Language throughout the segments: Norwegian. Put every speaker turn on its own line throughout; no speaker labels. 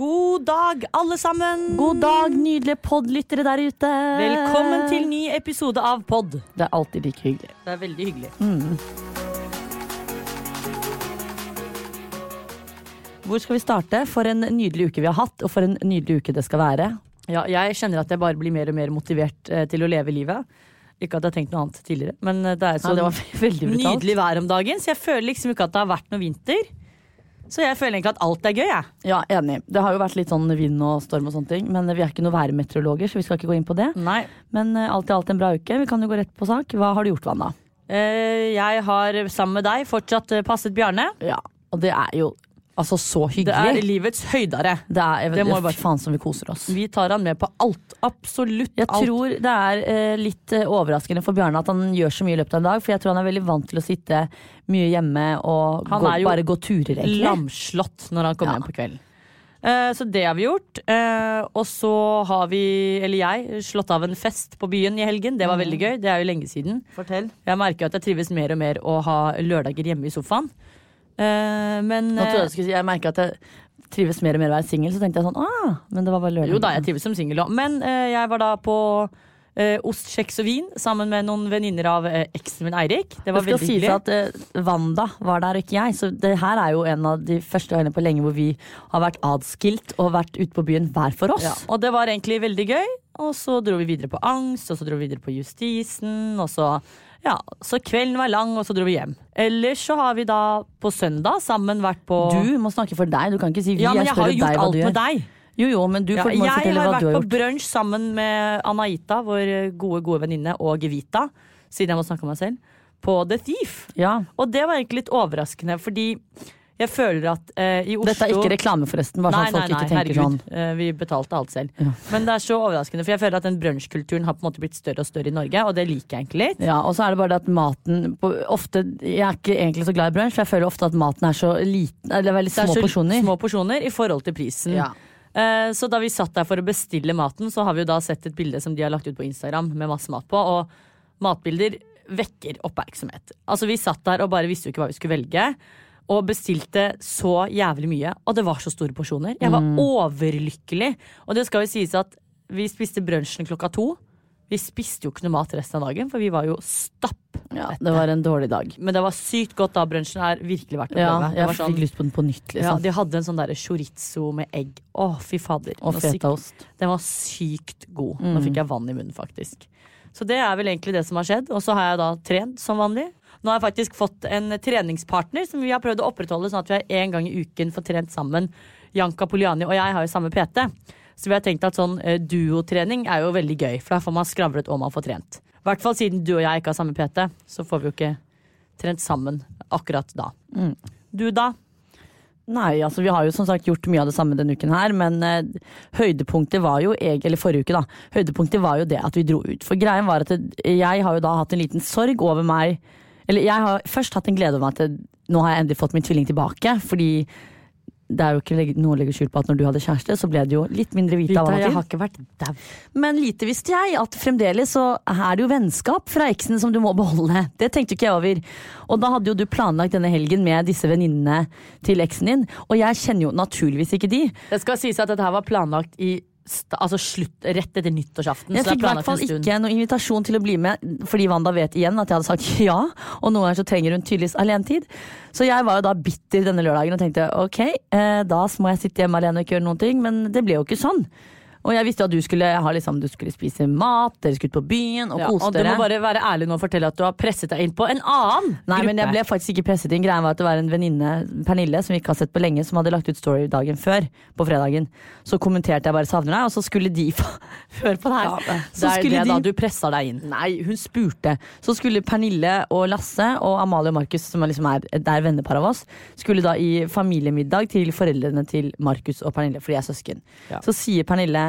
God dag, alle sammen!
God dag, nydelige podlyttere der ute.
Velkommen til ny episode av Pod.
Det er alltid like hyggelig. Mm.
Det er veldig hyggelig.
Hvor skal vi starte? For en nydelig uke vi har hatt, og for en nydelig uke det skal være. Ja, jeg kjenner at jeg bare blir mer og mer motivert eh, til å leve livet. Ikke at jeg har tenkt noe annet tidligere, men eh, det er så
Ja, det var
veldig brutalt.
Nydelig vær om dagen, så jeg føler liksom ikke at det har vært noe vinter. Så jeg føler egentlig at alt er gøy, jeg.
Ja, enig. Det har jo vært litt sånn vind og storm og sånne ting, men vi er ikke noen værmeteorologer, så vi skal ikke gå inn på det.
Nei.
Men eh, alt i alt en bra uke. Vi kan jo gå rett på sak. Hva har du gjort, Vanna?
Eh, Jeg har sammen med deg fortsatt eh, passet Bjarne.
Ja, og det er jo altså så hyggelig.
Det er livets høydare.
Det er,
Det må jeg bare-
bare faen som vi koser oss.
Vi tar han med på alt. Absolutt
Jeg
alt.
tror det er eh, litt eh, overraskende for Bjarne at han gjør så mye i løpet av en dag, for jeg tror han er veldig vant til å sitte mye hjemme og
Han
gå,
er jo
bare gå turer, egentlig.
lamslått når han kommer
Ja.
hjem på kvelden. Eh, så det har vi gjort. Eh, og så har vi, eller jeg, slått av en fest på byen i helgen. Det
Mm.
var veldig gøy. Det er jo lenge siden. Jeg merker jo at jeg trives mer og mer å ha lørdager hjemme i sofaen. Eh, men
Nå trodde
eh,
jeg, du skulle si, jeg merker at jeg trives mer og mer å være singel, så tenkte jeg sånn ah, men det var bare lørdag.
Jo da, jeg trives som singel òg. Men eh, jeg var da på eh, ost, kjeks og vin sammen med noen venninner av eh, eksen min Eirik. Det var
det skal
veldig
sies
hyggelig.
at eh, Wanda var der, og ikke jeg. Så det her er jo en av de første gangene på lenge hvor vi har vært adskilt og vært ute på byen hver for oss.
Ja, og det var egentlig veldig gøy. Og så dro vi videre på angst, og så dro vi videre på justisen, og så Ja, så kvelden var lang, og så dro vi hjem. Ellers så har vi da på søndag sammen vært på
Du må snakke for deg, du kan ikke si vi.
Ja, men jeg har
spør
jo gjort
deg hva
alt
du
med
gjør.
deg.
Jo, jo, men du
Ja,
får- må
jeg
fortelle
har
hva
vært
du har
på
gjort.
brunsj sammen med Anaita, vår gode, gode venninne, og Evita, siden jeg må snakke om meg selv, på The Thief.
Ja.
Og det var egentlig litt overraskende, fordi jeg føler at eh, i Oslo
Dette er ikke reklame, forresten. Bare sånn at folk ikke tenker
herregud. Eh, Vi betalte alt selv. Men det er så overraskende, for jeg føler at den brunsjkulturen har på en måte blitt større og større i Norge, og det liker jeg egentlig litt.
sånn ja, Og så er det bare det at maten på, ofte, Jeg er ikke egentlig så glad i brunsj, for jeg føler ofte at maten er så liten Eller veldig
Det er
små
så
porsjoner. Mm.
Små porsjoner i forhold til prisen.
Ja.
Eh, Så da vi satt der for å bestille maten, så har vi jo da sett et bilde som de har lagt ut på Instagram med masse mat på, og matbilder vekker oppmerksomhet. Altså vi satt der og bare visste jo ikke hva vi skulle velge, og bestilte så jævlig mye, og det var så store porsjoner. Jeg
Mm.
var overlykkelig, og det skal jo sies at vi spiste brunsjen klokka to. Vi spiste jo ikke noe mat resten av dagen, for vi var jo stapp.
Ja, det var en dårlig dag.
Men det var sykt godt da, brunsjen er virkelig verdt å
Ja,
prøve. Det
jeg
var
fikk
sånn-
lyst på den på nytt,
ja,
liksom.
de hadde en sånn der chorizo med egg. Å, fy fader.
og
Nå syk-
fetaost.
Den var sykt god.
Mm.
Nå fikk jeg vann i munnen, faktisk. Så det er vel egentlig det som har skjedd. Og så har jeg da trent som vanlig. Nå har jeg faktisk fått en treningspartner som vi har prøvd å opprettholde, sånn at vi har én gang i uken får trent sammen. Janka Poliani og jeg har jo samme PT. Så vi har tenkt at sånn eh, duotrening er jo veldig gøy, for da får man skravlet og man får trent. I hvert fall siden du og jeg ikke har samme PT, så får vi jo ikke trent sammen akkurat da. Du da?
Mm. Nei, altså vi har jo som sagt gjort mye av det samme denne uken her, men eh, høydepunktet var jo eg- Eller forrige uke, da. Høydepunktet var jo det at vi dro ut. For greien var at det, jeg har jo da hatt en liten sorg over meg Eller jeg har først hatt en glede over meg at det, nå har jeg endelig fått min tvilling tilbake, fordi det er jo ikke leg- noe å legge skjul på at når du hadde kjæreste, så ble det jo litt mindre hvite av
Vita, jeg
Anna-Tin.
har ikke vært dau.
Men lite visste jeg at fremdeles så er det jo vennskap fra eksen som du må beholde. Det tenkte jo ikke jeg over. Og da hadde jo du planlagt denne helgen med disse venninnene til eksen din, og jeg kjenner jo naturligvis ikke de.
Det skal sies at dette her var planlagt i sta, altså slutt, rett etter nyttårsaften.
Jeg
så det er
fikk i hvert
planlagt
fall
en stund.
ikke noen invitasjon til å bli med, fordi Wanda vet igjen at jeg hadde sagt ja, og noen ganger så trenger hun tydeligvis alenetid. Så jeg var jo da bitter denne lørdagen og tenkte ok, eh, da må jeg sitte hjemme alene og ikke gjøre noen ting, men det ble jo ikke sånn. Og jeg visste jo at du skulle, ha liksom, du skulle spise mat, dere skulle ut på byen og
Ja,
kose
og du
dere.
må bare være ærlig nå og fortelle at du har presset deg inn på en annen
Nei,
gruppe.
men jeg ble faktisk ikke presset inn. Greia var at det var en venninne, Pernille, som vi ikke har sett på lenge, som hadde lagt ut story dagen før, på fredagen. Så kommenterte jeg bare 'savner deg', og så skulle de Hør på det her.
Ja, det
så
er jo
skulle
det da
de
du presser deg inn.
Nei, hun spurte. Så skulle Pernille og Lasse og Amalie og Markus, som er liksom er, det er vennepar av oss, skulle da i familiemiddag til foreldrene til Markus og Pernille, for de er søsken.
Ja.
Så sier Pernille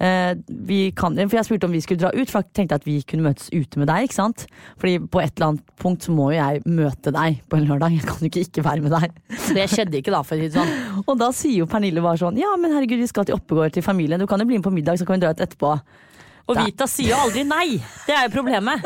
eh, vi kan, for Jeg spurte om vi skulle dra ut, for jeg tenkte at vi kunne møtes ute med deg. ikke sant? Fordi på et eller annet punkt så må jo jeg møte deg på en lørdag. Jeg kan jo ikke ikke være med deg.
Det skjedde ikke da, for å si det sånn.
Og da sier jo Pernille bare sånn Ja, men herregud, vi skal til Oppegård til familien. Du kan jo bli med på middag, så kan vi dra ut etterpå.
Og
Da-
Vita sier jo aldri nei! Det er jo problemet.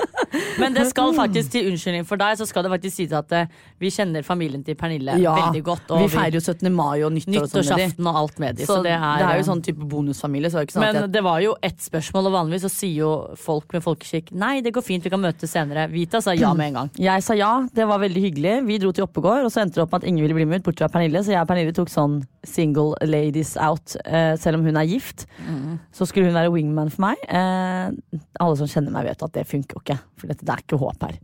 Men det skal faktisk til unnskyldning for deg, så skal det faktisk sies at eh, vi kjenner familien til Pernille veldig godt. Og
vi feirer jo 17. mai og nyttår og sånn med de.
nyttårsaften og alt med dem.
Så
Så det er, eh,
jo sånn type bonusfamilie. Så det er jo ikke sånn
Men
at
det var jo ett spørsmål, og vanligvis så sier jo folk med folkeskikk nei, det går fint, vi kan møtes senere. Vita sa ja med en gang.
jeg, jeg sa ja, det var veldig hyggelig. Vi dro til Oppegård, og så endte det opp med at ingen ville bli med ut, bortsett fra Pernille. Så jeg og Pernille tok sånn single ladies out, eh, selv om hun er gift.
Mm.
Så skulle hun være wingman for meg. Eh, alle som kjenner meg, vet at det funker jo ikke, for dette, det er ikke håp her.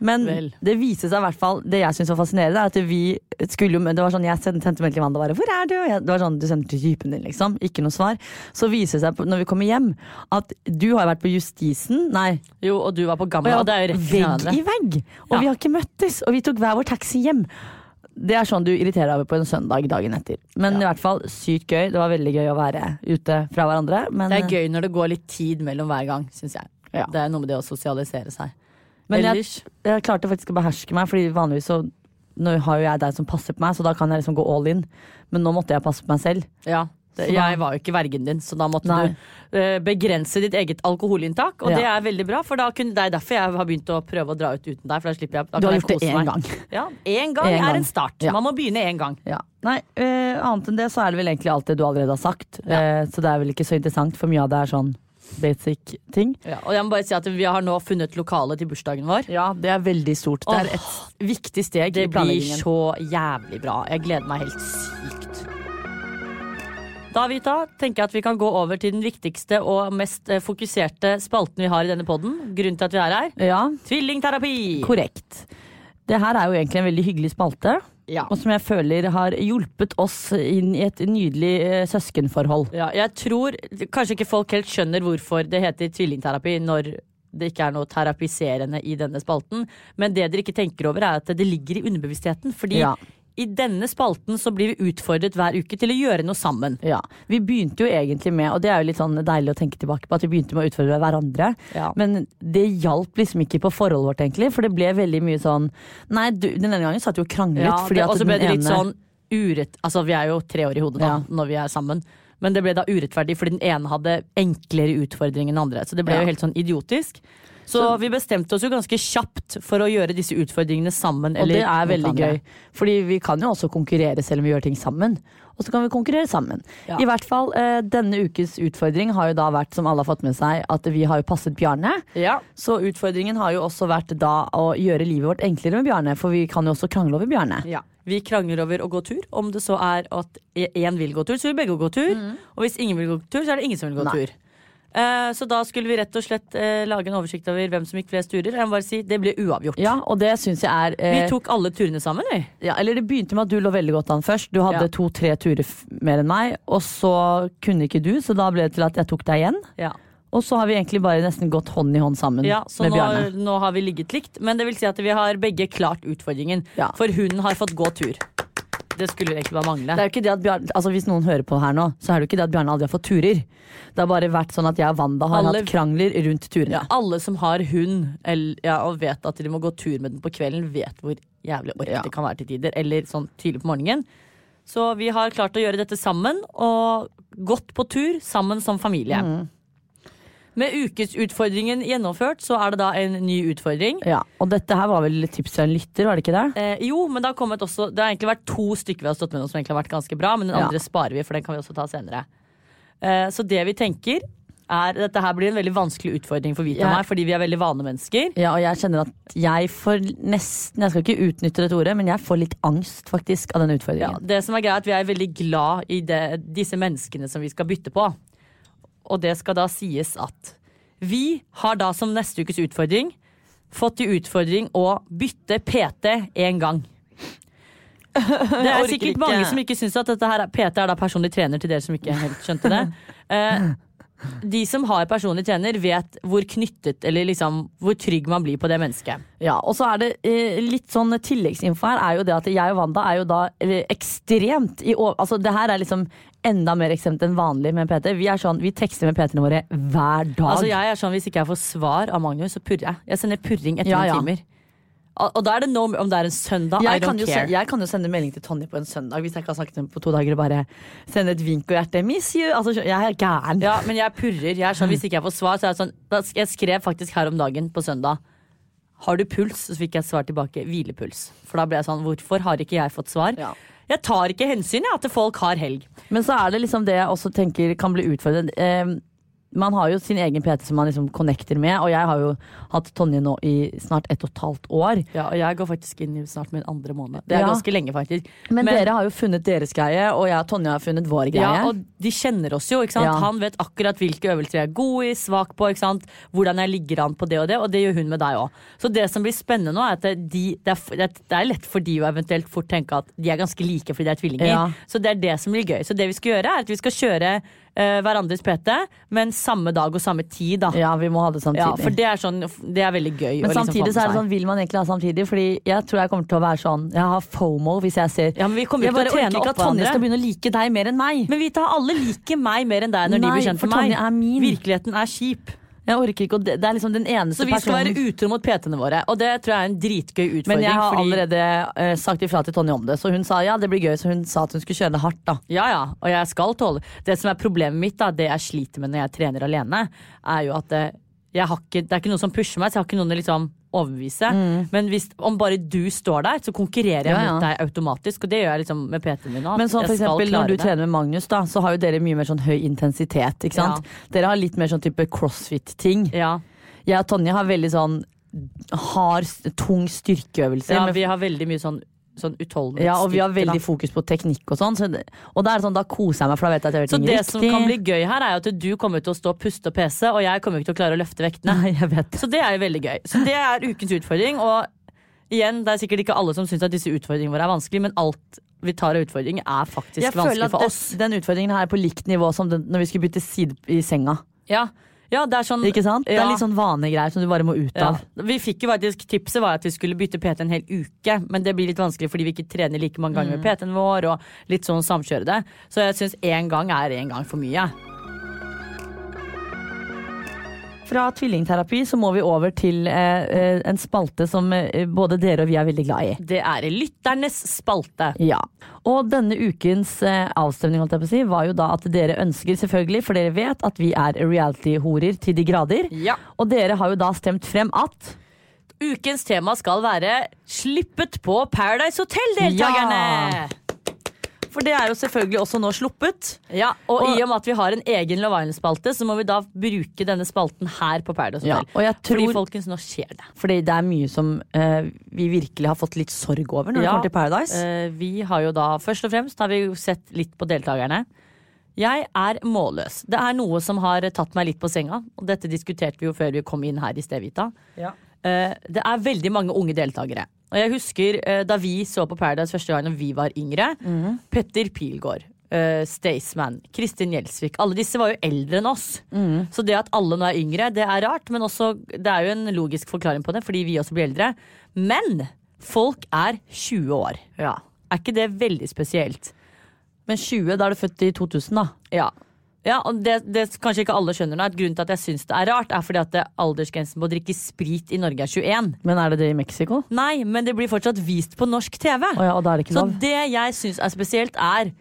Men
Vel.
det viste seg i hvert fall Det jeg syns var fascinerende, er at vi skulle jo men Det var sånn, jeg sendte sendte melding til Wanda bare 'Hvor er du?' Og jeg, det var sånn, Du sendte til typen din, liksom. Ikke noe svar. Så viser det seg på- når vi kommer hjem, at du har vært på Justisen Nei.
Jo, og du var på
Og
Gamla,
jeg
og det er jo
var
rett ved
vegg i
hverandre.
vegg! Og
Ja.
vi har ikke møttes! Og vi tok hver vår taxi hjem. Det er sånn du irriterer deg over på en søndag dagen etter. Men i hvert fall sykt gøy. Det var veldig gøy å være ute fra hverandre. Men,
Det er gøy når det går litt tid mellom hver gang, syns jeg.
Ja.
Det er noe med det å sosialisere seg.
Men jeg,
Ellers
jeg klarte faktisk å beherske meg, Fordi vanligvis så nå har jo jeg deg som passer på meg, så da kan jeg liksom gå all in. Men nå måtte jeg passe på meg selv.
Ja. Det,
Så da-
jeg var jo ikke vergen din, så da måtte
Nei.
du eh, begrense ditt eget alkoholinntak. Og
Ja.
det er veldig bra, for da kunne, det er derfor jeg har begynt å prøve å dra ut uten deg. For da slipper jeg da
Du har
kan jeg
gjort det
kose
én
meg.
gang.
Ja, Én gang
Én
er
gang.
en start.
Ja.
Man må begynne én gang.
Ja. Nei, eh, annet enn det så er det vel egentlig alt det du allerede har sagt. Eh, så det er vel ikke så interessant, for mye av det er sånn basic ting.
Ja, og jeg må bare si at vi har nå funnet lokale til bursdagen vår.
Ja, det er veldig stort. Det er et
Åh,
viktig steg
Det
i
blir
planleggingen.
så jævlig bra. Jeg gleder meg helt sykt. Da, Vita, tenker jeg at vi kan gå over til den viktigste og mest eh, fokuserte spalten vi har i denne podden. Grunnen til at vi er her.
Ja,
Tvillingterapi!
korrekt. Det her er jo egentlig en veldig hyggelig spalte.
Ja.
Og som jeg føler har hjulpet oss inn i et nydelig eh, søskenforhold.
Ja, jeg tror kanskje ikke folk helt skjønner hvorfor det heter tvillingterapi når det ikke er noe terapiserende i denne spalten. Men det dere ikke tenker over, er at det ligger i underbevisstheten. Fordi
Ja.
i denne spalten så blir vi utfordret hver uke til å gjøre noe sammen.
Ja, Vi begynte jo egentlig med, og det er jo litt sånn deilig å tenke tilbake på, at vi begynte med å utfordre hverandre.
Ja.
Men det hjalp liksom ikke på forholdet vårt, egentlig. For det ble veldig mye sånn Nei, du, den ene gangen satt vi og kranglet. fordi
det-
at
Og så ble
den
det litt
ene-
sånn urett... Altså, vi er jo tre år i hodet da,
Ja.
når vi er sammen. Men det ble da urettferdig, fordi den ene hadde enklere utfordring enn andre. Så det ble
Ja.
jo helt sånn idiotisk. Så, vi bestemte oss jo ganske kjapt for å gjøre disse utfordringene sammen.
Og
eller
det er
mot
veldig
hverandre.
gøy. Fordi vi kan jo også konkurrere selv om vi gjør ting sammen. Og så kan vi konkurrere sammen.
Ja.
I hvert fall, eh, Denne ukes utfordring har jo da vært, som alle har fått med seg, at vi har jo passet Bjarne.
Ja.
Så utfordringen har jo også vært da å gjøre livet vårt enklere med Bjarne. For vi kan jo også krangle over Bjarne.
Ja. Vi krangler over å gå tur, om det så er at én vil gå tur, så vil begge gå tur. Og hvis ingen vil gå tur, så er det ingen som vil gå
Mm. Nei.
tur. Eh, så da skulle vi rett og slett eh, lage en oversikt over hvem som gikk flest turer. Jeg må bare si, Det ble uavgjort.
Ja, og det syns jeg er
Vi
eh,
tok alle turene sammen, vi.
ja, Eller det begynte med at du lå veldig godt an først. Du hadde
Ja.
to-tre turer f- mer enn meg, og så kunne ikke du, så da ble det til at jeg tok deg igjen.
Ja,
Og så har vi egentlig bare nesten gått hånd i hånd sammen
Så
med
nå,
Bjarne.
nå har vi ligget likt, men det vil si at vi har begge klart utfordringen.
Ja.
For hun har fått gå tur. Det skulle egentlig bare mangle.
Det er jo ikke det at Bjarne, altså Hvis noen hører på her nå, så er det jo ikke det at Bjarne aldri har fått turer. Det har bare vært sånn at jeg og Wanda har
Alle-
hatt krangler rundt turene.
Ja, alle som har hund eller, ja, og vet at de må gå tur med den på kvelden, vet hvor jævlig ork
Ja.
det kan være til tider. Eller sånn tidlig på morgenen. Så vi har klart å gjøre dette sammen, og gått på tur sammen som familie.
Mm.
Med ukesutfordringen gjennomført, så er det da en ny utfordring.
Ja, Og dette her var vel et tips fra en lytter, var det ikke det?
Eh, jo, men det har kommet også Det har egentlig vært to stykker vi har stått med nå som egentlig har vært ganske bra, men den
Ja.
andre sparer vi, for den kan vi også ta senere. Eh, så det vi tenker er Dette her blir en veldig vanskelig utfordring for Vita
Ja.
og meg, fordi vi er veldig vanemennesker.
Ja, og jeg kjenner at jeg får nesten Jeg skal ikke utnytte dette ordet, men jeg får litt angst faktisk av den
Ja,
utfordringen.
det som er greit, Vi er veldig glad i det, disse menneskene som vi skal bytte på. Og det skal da sies at vi har da som neste ukes utfordring fått i utfordring å bytte PT én gang. Det er
orker
sikkert
ikke.
mange som ikke syns at dette her er, PT er da personlig trener, til dere som ikke helt skjønte det. Eh, de som har personlig trener, vet hvor knyttet eller liksom hvor trygg man blir på det mennesket.
Ja, Og så er det eh, litt sånn tilleggsinfo her, er jo det at jeg og Wanda er jo da eh, ekstremt i over... Altså det her er liksom enda mer ekstremt enn vanlig med PT. Vi er sånn, vi tekster med PT-ene våre hver dag.
Altså jeg er sånn, Hvis ikke jeg får svar av Magnus, så purrer jeg. Jeg sender purring etter
Ja,
noen
ja.
timer. Og, og da er det no om det er en søndag. I
jeg,
don't
kan jo
care.
sende, jeg kan jo sende melding til Tonje på en søndag hvis jeg ikke har snakket med henne på to dager. og Bare sende et vink og hjerte. Miss you! Altså, skjø- jeg er gæren.
Ja, men jeg purrer. Jeg er sånn, Hvis ikke jeg får svar, så er jeg sånn da, sk- Jeg skrev faktisk her om dagen på søndag. Har du puls? Så fikk jeg svar tilbake. Hvilepuls. For da ble jeg sånn, hvorfor har ikke jeg fått svar?
Ja.
Jeg tar ikke hensyn jeg, til folk har helg.
Men så er det liksom det jeg også tenker kan bli utfordrende. Eh, man har jo sin egen PT som man liksom connecter med, og jeg har jo hatt Tonje nå i snart ett og et halvt år.
Ja, og jeg går faktisk inn i snart min andre måned. Det er
Ja.
ganske lenge, faktisk.
Men, dere har jo funnet deres greie, og jeg og Tonje har funnet vår greie.
Ja, og de kjenner oss jo. ikke sant?
Ja.
Han vet akkurat hvilke øvelser jeg er god i, svak på. ikke sant? Hvordan jeg ligger an på det og det, og det gjør hun med deg òg. Så det som blir spennende nå, er at de, det, er, f- det er- det er lett for de å eventuelt fort tenke at de er ganske like fordi de er tvillinger.
Ja.
Så det er det som blir gøy. Så det vi skal gjøre, er at vi skal kjøre eh, hverandres PT, men samme dag og samme tid, da.
ja, vi må ha det samtidig.
Ja, for det er, sånn, det er veldig gøy. å
men
liksom
samtidig
få med
så er
seg.
det sånn, vil man egentlig ha samtidig? Fordi jeg tror jeg kommer til å være sånn, jeg har fomo hvis jeg ser
Ja, men vi kommer
Jeg
ikke
bare
til å trene
orker ikke
opp
at Tonje
hverandre.
skal begynne å like deg mer enn meg.
Men Vita, alle liker meg mer enn deg når de
Nei,
blir kjent
for
med meg.
Tonje er min.
Virkeligheten er kjip.
Jeg orker ikke, og det, det er liksom den eneste
Så vi skal
personen
være utro mot PT-ene våre, og det tror jeg er en dritgøy utfordring.
Men jeg har
fordi-
allerede eh, sagt ifra til Tonje om det, så hun sa ja, det blir gøy. Så hun sa at hun skulle kjøre det hardt, da.
Ja, ja, og jeg skal tåle. Det som er problemet mitt, da, det jeg sliter med når jeg trener alene, er jo at eh, jeg har ikke, det er ikke noen som pusher meg, så jeg har ikke noen å liksom overbevise. Men hvis, om bare du står der, så konkurrerer jeg
Mm. Ja, ja.
mot deg automatisk, og det gjør jeg liksom med PT-en min nå. at
Men sånn for
jeg skal
eksempel
klare
når du
det.
trener med Magnus, da, så har jo dere mye mer sånn høy intensitet, ikke sant. Dere har litt mer sånn type crossfit-ting.
Ja,
Jeg og Tonje har veldig sånn hard, s- tung styrkeøvelser.
ja
med-
vi har veldig mye sånn, sånn utholdenhetsstyrke.
ja, og vi har
da.
veldig fokus på teknikk og sånn. Så det, og da er det sånn, da koser jeg meg, for da vet jeg at jeg gjør
Så
ting
det
riktig.
som kan bli gøy her, er jo at du kommer til å stå og puste og pese, og jeg kommer ikke til å klare å løfte vektene.
Nei, jeg vet det.
Så det er jo veldig gøy. Så det er ukens utfordring. Og igjen, det er sikkert ikke alle som syns at disse utfordringene våre er vanskelig, men alt vi tar av utfordring, er faktisk
Jeg føler
vanskelig
at
for
den,
oss.
den utfordringen her er på likt nivå som den, når vi skulle bytte side i senga.
Ja. ja, det er sånn
Ikke sant? Det
Ja.
er litt sånn vanegreier som du bare må ut
ja.
av.
Vi fikk jo faktisk Tipset var at vi skulle bytte PT en hel uke, men det blir litt vanskelig fordi vi ikke trener like mange
Mm.
ganger med PT-en vår. Og litt sånn samkjøre det Så jeg syns én gang er én gang for mye.
Fra tvillingterapi så må vi over til eh, eh, en spalte som eh, både dere og vi er veldig glad i.
Det er lytternes spalte.
Ja. Og denne ukens eh, avstemning holdt jeg på å si, var jo da at dere ønsker, selvfølgelig, for dere vet at vi er reality-horer til de grader.
Ja.
Og dere har jo da stemt frem at
Ukens tema skal være 'Slippet på Paradise Hotel-deltakerne'.
For det er jo selvfølgelig også nå sluppet.
Ja, og,
Og-
i og med at vi har en egen Love Island-spalte, så må vi da bruke denne spalten her på Paradise Hotel.
Ja, og jeg
Fordi
tror-
folkens, nå skjer det.
Fordi det er mye som eh, vi virkelig har fått litt sorg over når det
Ja,
kommer til Paradise.
eh, vi har jo da, først og fremst har vi jo sett litt på deltakerne. Jeg er målløs. Det er noe som har eh, tatt meg litt på senga. Og dette diskuterte vi jo før vi kom inn her i sted, Vita. Eh, det er veldig mange unge deltakere. Og jeg husker eh, da vi så på Paradise første gang da vi var yngre.
Mhm.
Petter Pilgaard. eh, Staysman, Kristin Gjelsvik. Alle disse var jo eldre enn oss.
Mm.
Så det at alle nå er yngre, det er rart. Men også, det er jo en logisk forklaring på det, fordi vi også blir eldre. Men folk er 20 år. Er ikke det veldig spesielt?
Men 20, da er du født i 2000, da.
Ja. Ja, og det, det kanskje ikke alle skjønner nå, at Grunnen til at jeg syns det er rart, er fordi at det- aldersgrensen på å drikke sprit i Norge er 21.
Men er det det i Mexico?
Nei, men det blir fortsatt vist på norsk TV.
Å ja, og da er det ikke
Så
lov?
det jeg syns er spesielt, er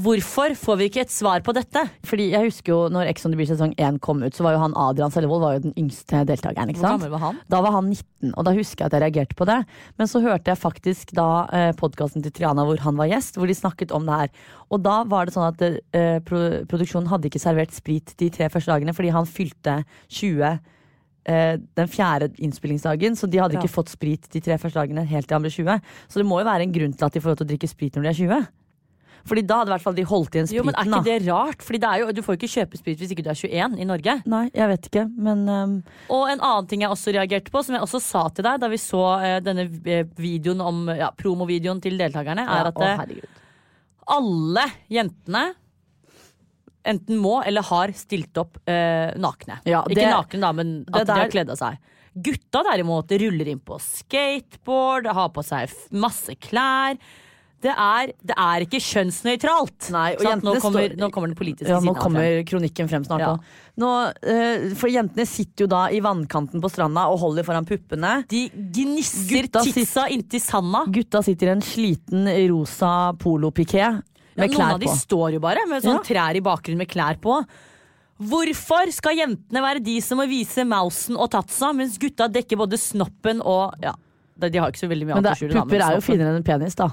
Hvorfor får vi ikke et svar på dette?
Fordi jeg husker jo når Ex on the Beach sesong 1 kom ut, så var jo han Adrian Selvold var jo den yngste deltakeren. ikke
Hvor
sant?
gammel var han?
Da var han 19, og da husker jeg at jeg reagerte på det. Men så hørte jeg faktisk da eh, podkasten til Triana hvor han var gjest, hvor de snakket om det her. Og da var det sånn at eh, pro produksjonen hadde ikke servert sprit de tre første dagene fordi han fylte 20 eh, den fjerde innspillingsdagen, så de hadde
Ja.
ikke fått sprit de tre første dagene helt til han ble 20. Så det må jo være en grunn til at de får lov til å drikke sprit når de er 20. Fordi da hadde i hvert fall de holdt igjen
Jo,
spriten.
men Er ikke
da.
det rart? Fordi det er jo, Du får jo ikke kjøpe sprit hvis ikke du er 21 i Norge.
Nei, jeg vet ikke, men ehm,
Og en annen ting jeg også reagerte på, som jeg også sa til deg da vi så eh, denne eh, videoen om, ja, promovideoen til deltakerne,
ja,
er at
å,
eh,
herregud.
alle jentene enten må eller har stilt opp eh, nakne.
Ja, det-
Ikke nakne, da, men at
det
de har
der-
kledd av seg. Gutta derimot ruller inn på skateboard, har på seg f- masse klær. Det er, det er ikke kjønnsnøytralt.
Nei, og
Sant? nå,
jentene
kommer,
står-
nå kommer den politiske
Ja,
siden
nå
av det.
kommer kronikken frem snart.
Ja.
da. Nå, eh, for jentene sitter jo da i vannkanten på stranda og holder foran puppene.
De gnisser
Gutta sit-
tissa inntil sanda.
Gutta sitter i en sliten rosa polopiké
Ja,
med klær
Noen av
på.
de står jo bare med sånn trær i bakgrunnen med klær på. Hvorfor skal jentene være de som må vise Mausen og Tatsa, mens gutta dekker både snoppen og ja, de- De har ikke så veldig mye
Men det,
annet å skjule. da, men
pupper er jo
snoppen.
finere enn en penis, da.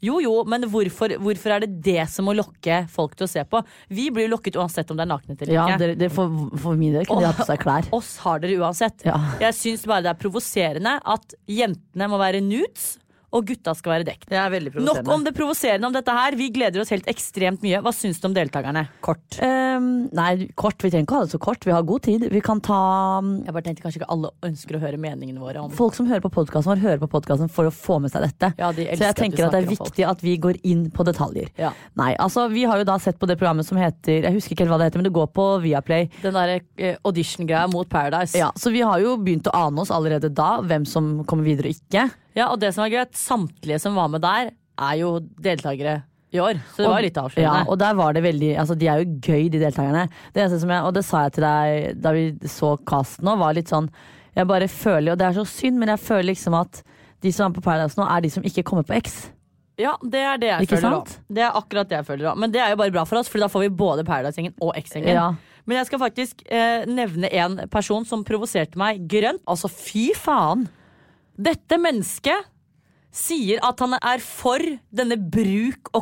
Jo, jo, men hvorfor, hvorfor er det det som må lokke folk til å se på? Vi blir jo lokket uansett om det er nakenhet eller
Ja,
ikke.
dere, dere, for, for min del kunne de hatt på seg klær.
Oss har dere uansett.
Ja.
Jeg syns bare det er provoserende at jentene må være nudes, og gutta skal være dekt.
Det er veldig
Nok om det provoserende om dette her. Vi gleder oss helt ekstremt mye. Hva syns du om deltakerne? Kort.
Ehm, nei, kort. Vi trenger ikke ha det så kort. Vi har god tid. Vi kan ta mm,
Jeg bare tenkte kanskje ikke alle ønsker å høre meningene våre om
Folk som hører på podkasten vår, hører på podkasten for å få med seg dette.
Ja, de elsker
så jeg
at du
tenker at det er
snakker om folk.
viktig at vi går inn på detaljer.
Ja.
Nei, altså Vi har jo da sett på det programmet som heter Jeg husker ikke helt hva det heter, men det går på Viaplay.
den derre eh, audition-greia mot Paradise.
Ja, Så vi har jo begynt å ane oss allerede da hvem som kommer videre og ikke.
Ja, og det som er gøy, er at samtlige som var med der, er jo deltakere i år. Så det var litt
Ja,
avslørende.
og der var det veldig Altså, de er jo gøy, de deltakerne. Det eneste som jeg, og det sa jeg til deg da vi så casten nå, var litt sånn Jeg bare føler, og det er så synd, men jeg føler liksom at de som er på Paradise nå, er de som ikke kommer på X.
Ja, det er det jeg
Ikke
føler
sant?
da. Det er akkurat det jeg føler da. Men det er jo bare bra for oss, for da får vi både Paradise-gjengen og X-gjengen.
Ja.
Men jeg skal faktisk eh, nevne en person som provoserte meg grønt. Altså, fy faen! Dette mennesket sier at han er for denne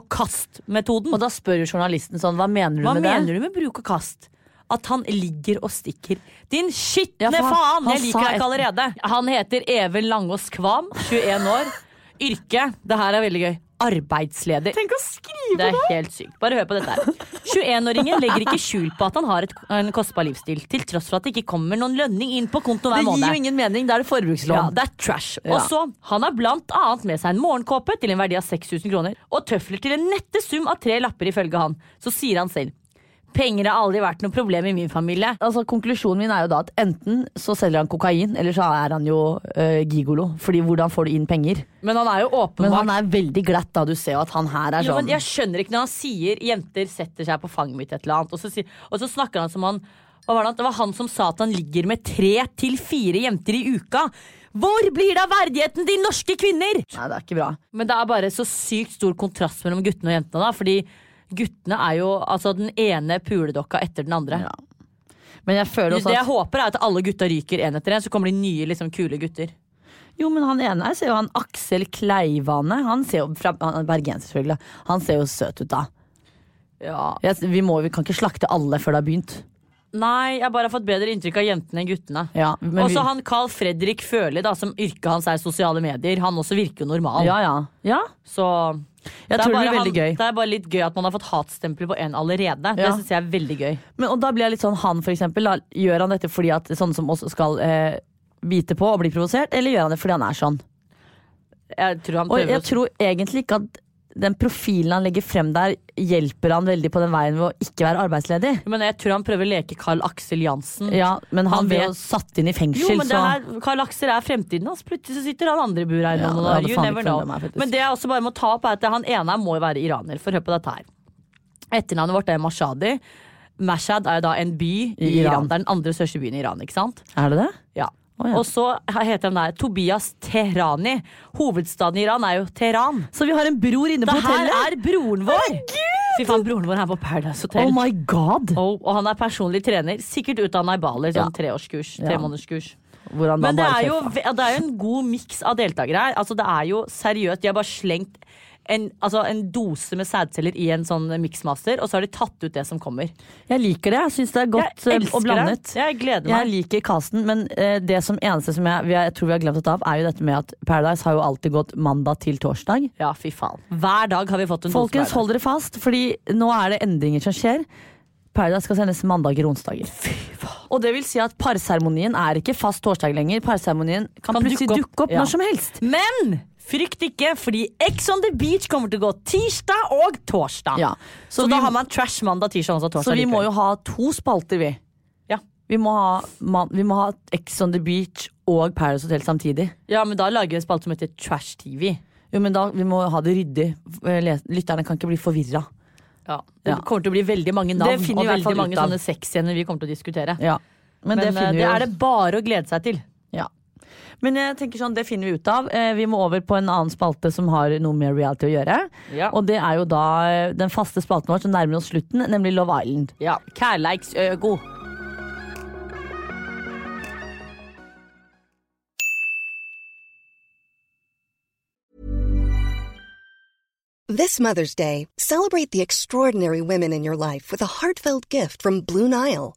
bruk-og-kast-metoden.
Og da spør jo journalisten sånn, hva mener du
Hva
med det?
mener du med bruk og kast? At han ligger og stikker. Din skitne
Ja, for han-
faen!
han
Jeg
sa
liker deg
et-
ikke allerede. Han heter Even Langås Kvam, 21 år. Yrke. Det her er veldig gøy. Arbeidsleder.
Tenk å skrive
Det er helt sykt. Bare hør på dette her. 21-åringen legger ikke skjul på at han har et, en kostbar livsstil, til tross for at det ikke kommer noen lønning inn på konto hver
Det
måned.
gir jo ingen mening, da er det forbrukslån.
Ja, det er trash.
Ja.
Og så, han har blant annet med seg en morgenkåpe til en verdi av 6000 kroner, og tøfler til en nette sum av tre lapper ifølge han. Så sier han selv. Penger har aldri vært noe problem i min familie.
altså, konklusjonen min er jo da at enten så selger han kokain, eller så er han jo øh, gigolo. Fordi hvordan får du inn penger?
Men han er jo
Men
åpenbart
han er veldig glatt, da. Du ser jo at han her er
jo, men
sånn.
Jeg skjønner ikke når han sier 'jenter setter seg på fanget mitt' et eller annet, og så, sier, og så snakker han som han hva var det, han- det var han som sa at han ligger med tre til fire jenter i uka. Hvor blir det av verdigheten til norske kvinner?!
Nei, det er ikke bra.
Men det er bare så sykt stor kontrast mellom guttene og jentene. da Fordi guttene er jo altså, den ene puledokka etter den andre.
Ja. Men jeg føler
Det
også
jeg
at
håper, er at alle gutta ryker én etter én, så kommer de nye liksom, kule gutter.
Jo, men han ene her ser jo han Aksel Kleivane. Han ser jo fra han er Bergenser, selvfølgelig. Han ser jo søt ut, da. Jeg, vi, må, vi kan ikke slakte alle før det har begynt.
Nei, jeg bare har fått bedre inntrykk av jentene enn guttene.
Ja, men
Og
vi-
så han Carl Fredrik Førli, da, som yrket hans er sosiale medier. Han også virker jo normal.
Ja, ja. ja.
Så er
Jeg tror det
bare
blir
han,
veldig gøy.
det er bare litt gøy at man har fått hatstempel på en allerede. Det
Ja.
syns jeg er veldig gøy.
Men, og da blir jeg litt sånn han for eksempel, da, gjør han dette fordi at sånne som oss skal eh, bite på og bli provosert, eller gjør han det fordi han er sånn?
Jeg tror han
Og
prøver
jeg tror egentlig ikke at den profilen han legger frem der, hjelper han veldig på den veien ved å ikke være arbeidsledig.
å Men jeg tror han prøver å leke Carl Axel Jansen.
Ja, men han,
Mm. Han
ble
vet-
jo satt inn i
Jo,
fengsel,
men det
så
her, Karl Aksel er fremtiden hans. Plutselig så sitter han andre i bur her.
Ja,
Ja,
det hadde
you
faen
never
ikke
know.
forundret meg, faktisk.
men det jeg også bare må ta opp, er at han ene her må jo være iraner. For hør på dette her. Etternavnet vårt er Mashadi. Mashhad er jo da en by i
I
Iran.
Iran.
Det er den andre største byen i Iran, ikke sant?
Er det det?
Ja.
Å, ja.
Og så heter han der Tobias Tehrani. Hovedstaden i Iran er jo Teheran.
Så vi har en bror inne på
Det her
hotellet!
er broren vår! Fy faen, broren vår er på Paradise Hotel.
Oh my god!
og, og han er personlig trener. Sikkert utdanna i Bali. Sånn
Ja.
treårskurs.
Ja.
Tremånederskurs.
Hvordan da
Men det
bare
er, jo,
treffe?
ve- det er jo en god miks av deltakere her. Altså, det er jo seriøst. De har bare slengt en, altså, en dose med sædceller i en sånn miksmaster, og så har de tatt ut det som kommer.
Jeg liker det. Jeg syns det er godt eh,
jeg
og blandet.
det. Jeg gleder
Jeg
meg.
liker casten, men eh, det som eneste som jeg, vi har- jeg tror vi har glemt å ta opp, er jo dette med at Paradise har jo alltid gått mandag til torsdag.
Ja, fy faen. Hver dag har vi fått en
Folkens,
dose.
hold dere fast, fordi nå er det endringer som skjer. Paradise skal sendes mandager og onsdager. Og det vil si at parseremonien er ikke fast torsdag lenger. Parseremonien kan,
Kan
plutselig
dukke opp.
dukke opp,
Ja.
når som helst.
Men frykt ikke, fordi Ex on the Beach kommer til å gå tirsdag og torsdag.
Ja.
Så,
Så vi-
da har man trash mandag, tirsdag, onsdag, torsdag.
Så vi må
likevel.
jo ha to spalter, vi.
Altså, Ja.
Vi må ha, man, vi må ha Ex on the Beach og Paradise Hotel samtidig.
ja, men da lager vi en spalte som heter Trash TV.
Jo, men da, Vi må ha det ryddig. Eh, les- Lytterne kan ikke bli forvirra.
Ja. Det
Ja.
kommer til å bli veldig mange
Det
navn
finner vi
og
i hvert fall
veldig
ut
mange
av.
sånne sexscener vi kommer til å diskutere.
Ja.
Men
Men, det
eh,
finner
det,
vi jo-
er det bare å glede seg til.
Ja. Men jeg tenker sånn, det finner vi ut av. Eh, Vi må over på en annen spalte som har noe med reality å gjøre.
Ja.
Og det er jo da eh, den faste spalten vår som nærmer oss slutten, nemlig Love Island.
Ja. Kærleiksøgo.
This Mother's Day, celebrate the extraordinary women in your life with a heartfelt gift from Blue Nile.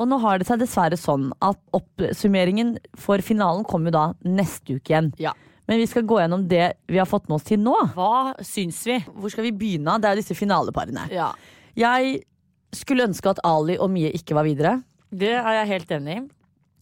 Og nå har det seg dessverre sånn at oppsummeringen for finalen kommer jo da neste uke igjen.
Ja.
sånn. Men vi skal gå gjennom det vi har fått med oss til nå.
Hva syns vi?
Hvor skal vi begynne? Det er disse finaleparene.
Ja.
Jeg skulle ønske at Ali og Mie ikke var videre.
Det er jeg helt enig i.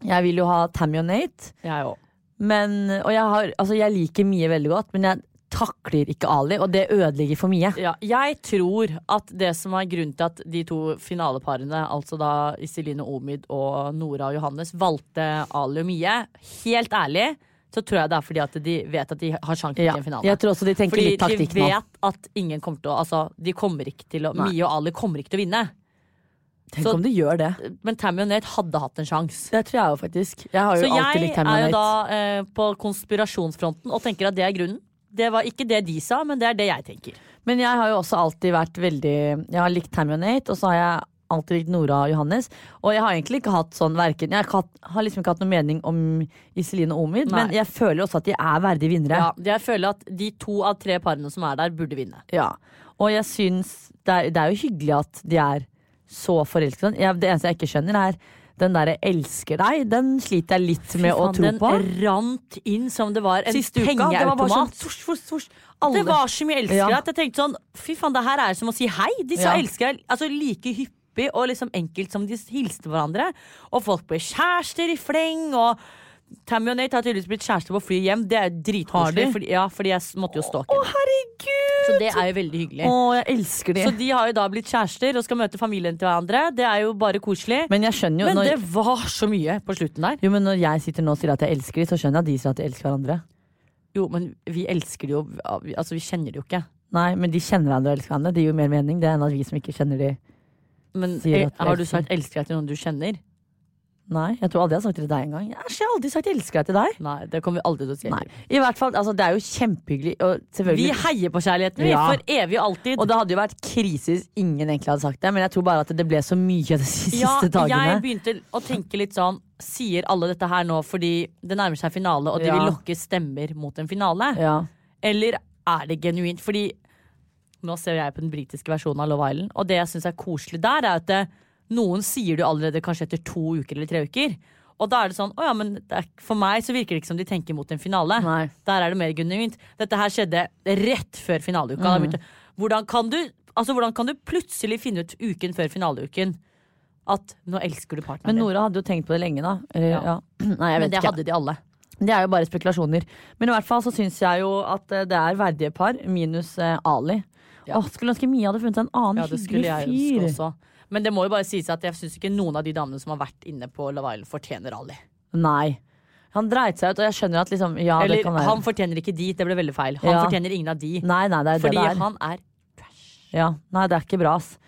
Jeg vil jo ha Tammy og Nate.
Jeg òg.
Men, og jeg, har, altså jeg liker Mie veldig godt, men jeg takler ikke Ali, og det ødelegger for Mie.
Ja, jeg tror at det som er grunnen til at de to finaleparene, altså da Iselin og Omid og Nora og Johannes, valgte Ali og Mie, helt ærlig, så tror jeg det er fordi at de vet at de har sjansen
Ja.
til en finale.
Jeg tror også de tenker
fordi
litt taktikk
de
nå.
vet at ingen kommer til å Altså, de kommer ikke til å
Nei.
Mie og Ali kommer ikke til å vinne.
Tenk
så-
om de gjør det.
Men Tammy og Nate hadde hatt en sjanse.
Det tror jeg jo faktisk. Jeg har jo
Så
alltid
jeg
likt
er
Tammy
jo
og
da
Nate.
eh, på konspirasjonsfronten og tenker at det er grunnen. Det var ikke det de sa, men det er det jeg tenker.
Men jeg har jo også alltid vært veldig Jeg har likt Tammy og Nate, og så har jeg alltid likt Nora og Johannes. Og jeg har egentlig ikke hatt sånn verken Jeg har, ikke hatt, har liksom ikke hatt noen mening om Iselin og Omid,
Nei.
men jeg føler også at de er verdige vinnere.
Ja, jeg føler at de to av tre parene som er der, burde vinne.
Ja, og jeg syns det er, det er jo hyggelig at de er så forelsket. Jeg, det eneste jeg ikke skjønner, er den derre 'elsker deg', den sliter jeg litt med å tro på.
Den rant inn som det var en
Siste uka, det var bare sånn
pengeautomat.
svosj, svosj, svosj. Alle.
Det var så mye elsker
Ja.
at jeg tenkte sånn Fy faen, det her er som å si hei. De sa
Ja.
elsker deg altså, like hyppig og liksom enkelt som de hilste hverandre. Og folk ble kjærester i fleng. Og Tammy og Nate har tydeligvis blitt kjærester på flyet hjem. Det er
Har de?
dritkoselig. Fordi, ja, fordi jeg s- måtte jo stalke.
herregud!
Så så det er jo veldig hyggelig.
Å, jeg elsker de.
Så de har jo da blitt kjærester og skal møte familien til hverandre. Det er jo bare koselig.
Men jeg skjønner jo
Men
når,
det var så mye på slutten der.
Jo, men når jeg sitter nå og sier at jeg elsker de, så skjønner jeg at de sier at de elsker hverandre.
Jo, men vi elsker det jo. Altså, vi kjenner det jo ikke.
Nei, men de kjenner hverandre og elsker hverandre. Det gir jo mer mening det enn at vi som ikke kjenner de
Men
Sier at
eh, har du
elsker.
sagt 'elsker deg' til noen du kjenner?
Nei, jeg tror aldri jeg har sagt det til deg engang. Jeg har ikke aldri sagt jeg elsker deg til deg.
Nei, det kommer vi aldri til å si.
Nei. I hvert fall, altså, det er jo kjempehyggelig. Og
Vi
selvfølgelig
heier på kjærligheten, vi.
Ja.
For evig og alltid.
Og det hadde jo vært krise hvis ingen egentlig hadde sagt det, men jeg tror bare at det ble så mye de siste
ja,
dagene.
jeg begynte å tenke litt sånn Sier alle dette her nå fordi det nærmer seg finale, og de
Ja.
vil lokke stemmer mot en finale?
Ja.
Eller er det genuint? Fordi nå ser jeg på den britiske versjonen av Love Island, og det jeg syns er koselig der, er at det, noen sier det jo allerede kanskje etter to uker eller tre uker. Og da er det sånn, å ja, men det er, for meg så virker det ikke som de tenker mot en finale.
Nei.
Der er det mer genuint. Dette her skjedde rett før finaleuka.
Mm.
Da begynte- Hvordan, kan du, altså, hvordan kan du plutselig finne ut uken før finaleuken at nå elsker du partneren
Men
din?
Nora hadde jo tenkt på det lenge, da. Eller, ja.
Ja.
Nei, jeg
Men
vet
det
ikke.
hadde de alle.
Det er jo bare spekulasjoner. Men i hvert fall så syns jeg jo at eh, det er verdige par, minus eh, Ali. Åh, skulle ønske Mia hadde funnet seg en annen
Ja, det skulle
hyggelig
jeg
fyr.
ønske også. Men det må jo bare sies at jeg syns ikke noen av de damene som har vært inne på Love Island, fortjener Ali.
Nei. Han dreit seg ut, og jeg skjønner at liksom Ja, det
Eller
kan være
han fortjener ikke de, det ble veldig feil. Han
Ja.
fortjener ingen av de.
Nei, nei, det er
fordi
det det er.
han er
Ja, nei, det er ikke bra, ass.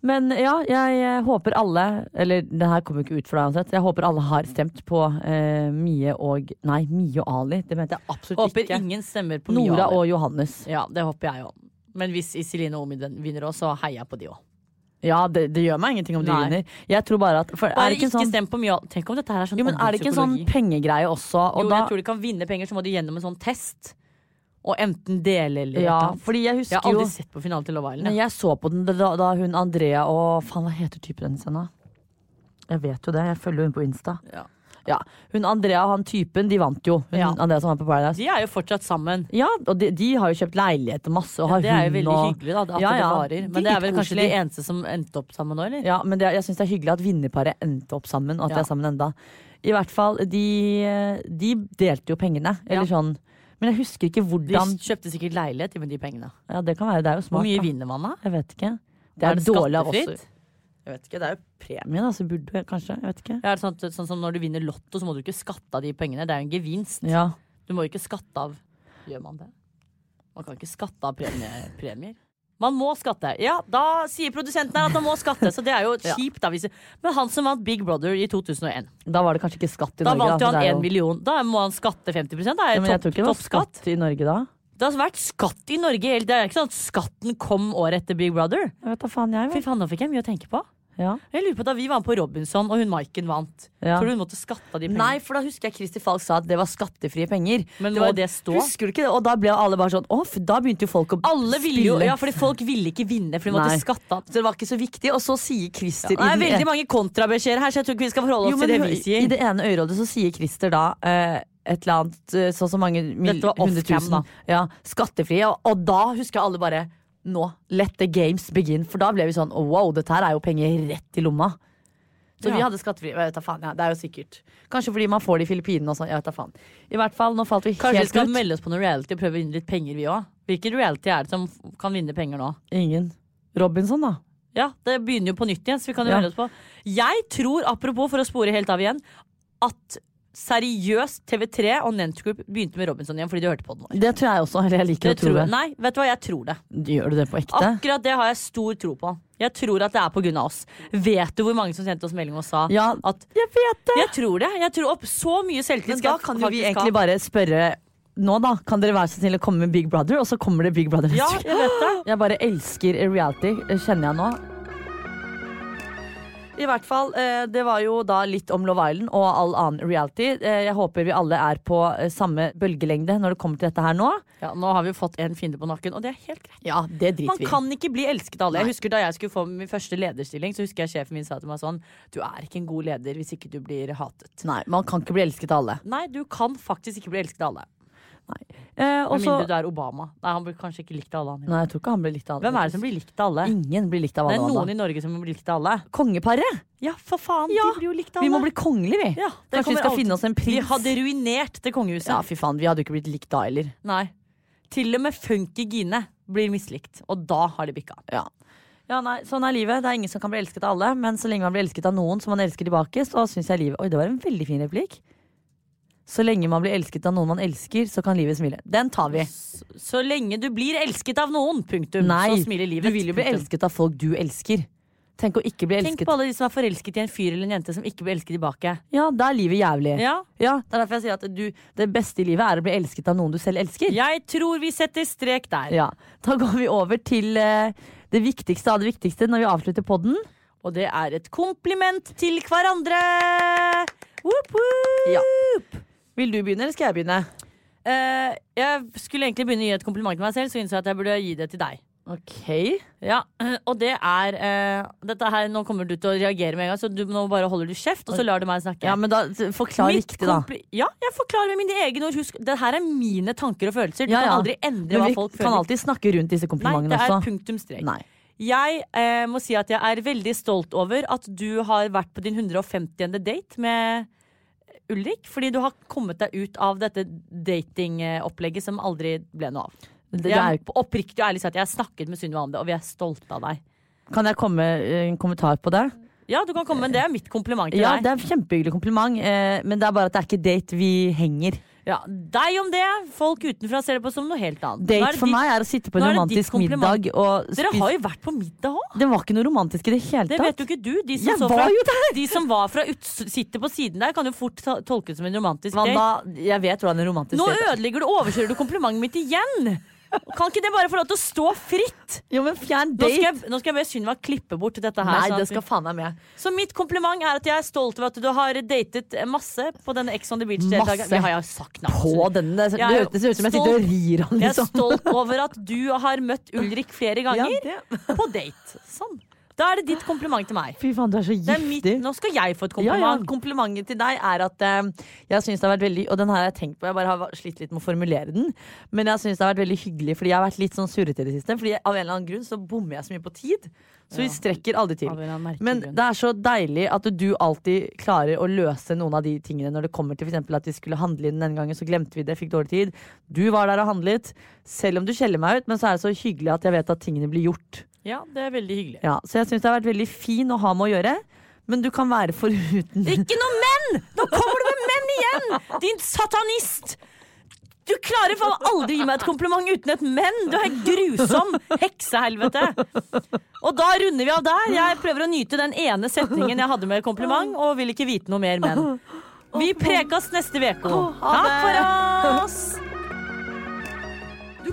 Men ja, jeg eh, håper alle Eller det her kommer jo ikke ut for deg uansett. Jeg håper alle har stemt på eh, Mie og Nei, Mie og Ali. Det mente jeg absolutt
Håper
ikke.
ingen stemmer på Mia
Nora
Ali.
og Johannes.
Ja, det håper jeg òg. Men hvis Iselin og Omi den vinner òg, så heier jeg på de òg.
Ja, det, det gjør meg ingenting om de
Nei.
vinner. Jeg tror bare at for,
Bare
er det ikke,
ikke,
en sånn,
stem på Mia. Tenk om dette her er sånn
jo, men er det ikke en sånn
omvendt psykologi.
pengegreie også? Og
Jo,
da,
jeg tror de kan vinne penger, så må de gjennom en sånn test. Og enten dele eller
ja,
et eller annet.
fordi jeg
Jeg har
husker jo
aldri sett på finalen til Love
Men
Island. jeg.
jeg så på den da, da hun Andrea og Faen, hva heter typen hennes igjen, da? Jeg vet jo det. Jeg følger hun på Insta.
Ja.
Ja, Hun Andrea og han typen, de vant jo. Hun
Ja.
Andrea som var på Paradise.
De er jo fortsatt sammen.
Ja, og de, de har jo kjøpt leilighet og masse. Og
Ja,
har
det er jo
hund
veldig
og...
hyggelig da, at
Ja, ja.
det varer. Men det er vel kanskje de
Dritkoselig.
eneste som endte opp sammen nå, eller?
Ja, men det, jeg syns det er hyggelig at vinnerparet endte opp sammen, og at de
Ja.
er sammen enda. I hvert fall, de, de delte jo pengene, eller
Ja.
sånn. Men jeg husker ikke
De
hvordan
kjøpte sikkert leilighet med de pengene.
Ja, det kan være, det er jo smart.
Hvor mye
da.
vinner man da?
Jeg vet ikke. Det er, dårlig av oss.
Jeg vet ikke, det er jo premie.
Premien, altså, burde jeg kanskje. Jeg vet ikke.
Ja, det er sånn, at- sånn som når du vinner lotto, så må du ikke skatte av de pengene. Det er jo en gevinst.
Ja.
Du må jo ikke skatte av Gjør man det? Man kan ikke skatte av premie, premier. Man må skatte. Ja, da sier produsenten her at man må skatte, så det er jo kjipt. da. hvis- Men han som vant Big Brother i 2001,
Da var det kanskje ikke skatt i
da
Norge.
vant jo
så
han
det er
1 million. Da må han skatte 50 da er
Ja, men
det
jeg tror
topp-
ikke det var
toppskatt.
skatt i Norge da.
det har altså vært skatt i Norge helt Det er ikke sånn at skatten kom året etter Big Brother.
Jeg vet da faen, jeg.
Fy
vet.
faen, nå fikk jeg mye å tenke på.
Ja.
Jeg lurer på Da vi var med på Robinson, og hun Maiken vant.
Ja.
Tror du hun måtte skatte av de pengene?
Nei, for da husker jeg Kristi Falk sa at det var skattefrie penger.
Men
var-
må det stå?
Husker du ikke det? Og da ble alle bare sånn Å, f- da begynte jo folk å
Alle ville jo,
spille.
ja, fordi Folk ville ikke vinne, for de måtte
Nei.
skatte av.
Så det var ikke så viktig. Og så sier Christer
Det er
i den
veldig
ene-
mange kontrabeskjeder her, så jeg tror ikke vi skal forholde oss
jo, men,
til det vi
hø- I
sier.
det ene øyrådet så sier Christer da eh, et eller annet eh, så og så mange mil,
Dette var off-cam,
100 000,
da.
Ja, skattefrie. Og, og da husker jeg alle bare Nå, let the games begin. For da ble vi sånn wow, dette her er jo penger rett i lomma. Så vi
Ja.
hadde skattefrie. Jeg vet da faen, ja, det er jo sikkert. Kanskje fordi man får det i Filippinene og sånn. Jeg vet da faen. I hvert fall, nå falt vi
Kanskje vi
helt
skal
ut.
melde oss på noe reality og prøve å vinne litt penger, vi òg. Hvilken reality er det som f- kan vinne penger nå?
Ingen. Robinson, da.
Ja, Det begynner jo på nytt igjen, så vi kan jo
Ja.
melde oss på. Jeg tror, apropos for å spore helt av igjen, at seriøst TV3 og Nent Group begynte med Robinson igjen fordi de hørte på den vår.
Det tror jeg også. Eller jeg liker
Det
å tro
tror
det.
jeg. Nei, vet du hva, jeg tror det.
Gjør du det på ekte?
Akkurat det har jeg stor tro på. Jeg tror at det er på grunn av oss. Vet du hvor mange som sendte oss melding og sa
Ja,
at
jeg vet det!
Jeg tror det. Jeg tror opp så mye selvtillit
Men da
skal jeg
kan jo vi
faktisk
egentlig
ha.
bare spørre nå, da. Kan dere være så snill å komme med Big Brother, og så kommer det Big Brother neste
Ja,
uke.
jeg vet det.
Jeg bare elsker reality, kjenner jeg nå. I hvert fall, eh, Det var jo da litt om Love Island og all annen reality. Eh, Jeg håper vi alle er på eh, samme bølgelengde når det kommer til dette her nå.
Ja, nå har vi jo fått en fiende på nakken, og det er helt greit.
Ja, det driter
Man kan ikke bli elsket av alle. Jeg husker Da jeg skulle få min første lederstilling, Så husker jeg sjefen min sa til meg sånn Du er ikke en god leder hvis ikke du blir hatet.
Nei, man kan ikke bli elsket av alle.
Nei, du kan faktisk ikke bli elsket av alle.
Eh,
Med
og så-
mindre du er Obama. Nei, han blir kanskje ikke likt av alle. Han.
Nei, jeg tror ikke han blir likt av alle.
Hvem er det som blir likt av alle?
Ingen blir likt av
Det
alle.
er noen
Wanda.
i Norge som blir likt av alle.
Kongeparet!
Ja, for faen!
Ja,
De blir jo likt av
Vi
alle.
må bli kongelige, vi.
ja, det
Kanskje vi
kommer
skal
alltid-
finne oss en
Vi
prins.
hadde ruinert det kongehuset.
Ja, fy faen, vi hadde jo ikke blitt likt da heller.
Nei. Til og med funky Gine blir mislikt, og da har de bikka.
Ja. Ja, nei, sånn er livet. Det er ingen som kan bli elsket av alle. Men så lenge man blir elsket av noen som man elsker tilbake, så syns jeg livet Oi, det var en veldig fin replikk. Så lenge man blir elsket av noen man elsker, så kan livet smile. Den tar vi.
Så lenge du blir elsket av noen, punktum,
Nei,
så smiler livet.
du vil jo bli
punktum.
elsket av folk du elsker. Tenk å ikke bli
Tenk
elsket.
på alle de som er forelsket i en fyr eller en jente som ikke blir elsket tilbake.
Ja, da er livet jævlig.
Ja.
Det er derfor jeg sier at du, det beste i livet er å bli elsket av noen du selv elsker.
Jeg tror vi setter strek der.
Ja. Da går vi over til eh, det viktigste av det viktigste når vi avslutter podden.
Og det er et kompliment til hverandre! Woop, woop.
Ja. Vil du begynne, eller skal jeg begynne?
Eh, jeg skulle egentlig begynne å gi et kompliment til meg selv, så innså jeg at jeg burde gi det til deg.
Ok.
Ja, og det er eh, Dette her, Nå kommer du til å reagere med en gang, så du, nå bare holder du kjeft, og så lar du meg snakke.
Ja, men da forklar
Mitt
riktig, da.
kompli- Ja, jeg forklarer med mine egne ord. Husk, det her er mine tanker og følelser. Du
Ja,
kan
ja.
aldri endre
Men
hva
vi
folk
kan
føler.
alltid snakke rundt disse
Nei,
komplimentene
det er
også.
punktum strek.
Nei.
Jeg eh, må si at jeg er veldig stolt over at du har vært på din 150. date med Ulrik, fordi du har kommet deg ut av dette datingopplegget som aldri ble noe av.
Det, det er,
Jeg, oppriktig og ærlig sagt, jeg har snakket med Sunniva om det, og vi er stolte av deg.
kan jeg komme eh, en kommentar på det?
Ja, du kan komme, men det er mitt kompliment til
Ja,
deg.
det er kjempehyggelig kompliment, eh, men det er bare at det er ikke date vi henger.
Ja, deg om det! Folk utenfra ser det på som noe helt annet. Nå er
Date
det
for
ditt-
meg er å sitte på en
nå er det ditt
romantisk
kompliment.
middag og
Dere
spise-
har jo vært på middag òg!
Det var ikke noe romantisk i det hele
Det
tatt.
vet jo ikke du. De som,
Jeg
så
var
fra,
jo der!
de som var fra uts sitter på siden der, kan jo fort ta- tolkes som en romantisk date.
Wanda, jeg vet hvordan en romantisk
Nå
date er.
ødelegger du, overkjører du komplimentet mitt igjen! Kan ikke det bare få lov til å stå fritt?
Jo, men fjern
Nå skal
date!
jeg, nå skal jeg be Sunniva klippe bort dette her.
Nei,
sånn at
det
vi-
skal faen meg med.
Så mitt kompliment er at jeg er stolt over at du har datet masse på denne Ex on the Beach-deltakeren.
Masse.
Det har jeg sagt navnet.
På den, det
Jeg er jo
hørtes ut som jeg sitter og
stolt-
rir han,
Jeg er
liksom.
stolt over at du har møtt Ulrik flere ganger
Ja, det-
på date. Sånn. Da er det ditt kompliment til meg.
Fy faen, du er så
Det er mitt,
giftig.
nå skal jeg få et
Ja,
kompliment.
ja, Komplimentet til deg er at eh, jeg synes det har vært veldig Og den her har jeg tenkt på, jeg bare har slitt litt med å formulere den. Men jeg syns det har vært veldig hyggelig, fordi jeg har vært litt sånn surrete i det siste. Fordi av en eller annen grunn så bommer jeg så mye på tid. Så vi strekker aldri til.
Av en eller annen merkelig
Men
grunn.
det er så deilig at du alltid klarer å løse noen av de tingene når det kommer til f.eks. at vi skulle handle inn den gangen, så glemte vi det, fikk dårlig tid. Du var der og handlet. Selv om du skjeller meg ut, men så er det så hyggelig at jeg vet at tingene blir gjort.
Ja, det er veldig hyggelig.
Ja, så jeg syns det har vært veldig fin å ha med å gjøre. Men du kan være foruten
Ikke noe menn! Nå kommer du med menn igjen! Din satanist! Du klarer faen meg aldri å gi meg et kompliment uten et men! Du er grusom! Heksehelvete! Og da runder vi av der. Jeg prøver å nyte den ene setningen jeg hadde med kompliment, og vil ikke vite noe mer men. Vi prekas neste uke. Takk for oss! Du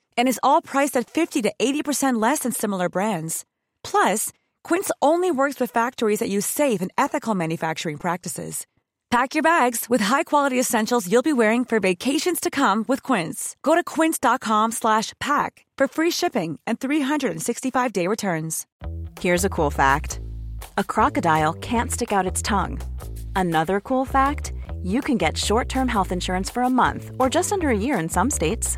And is all priced at 50 to 80% less than similar brands. Plus, Quince only works with factories that use safe and ethical manufacturing practices. Pack your bags with high-quality essentials you'll be wearing for vacations to come with Quince. Go to quince.com slash pack for free shipping and 365-day returns.
Here's a cool fact a crocodile can't stick out its tongue. Another cool fact you can get short term health insurance for a month or just under a year in some states.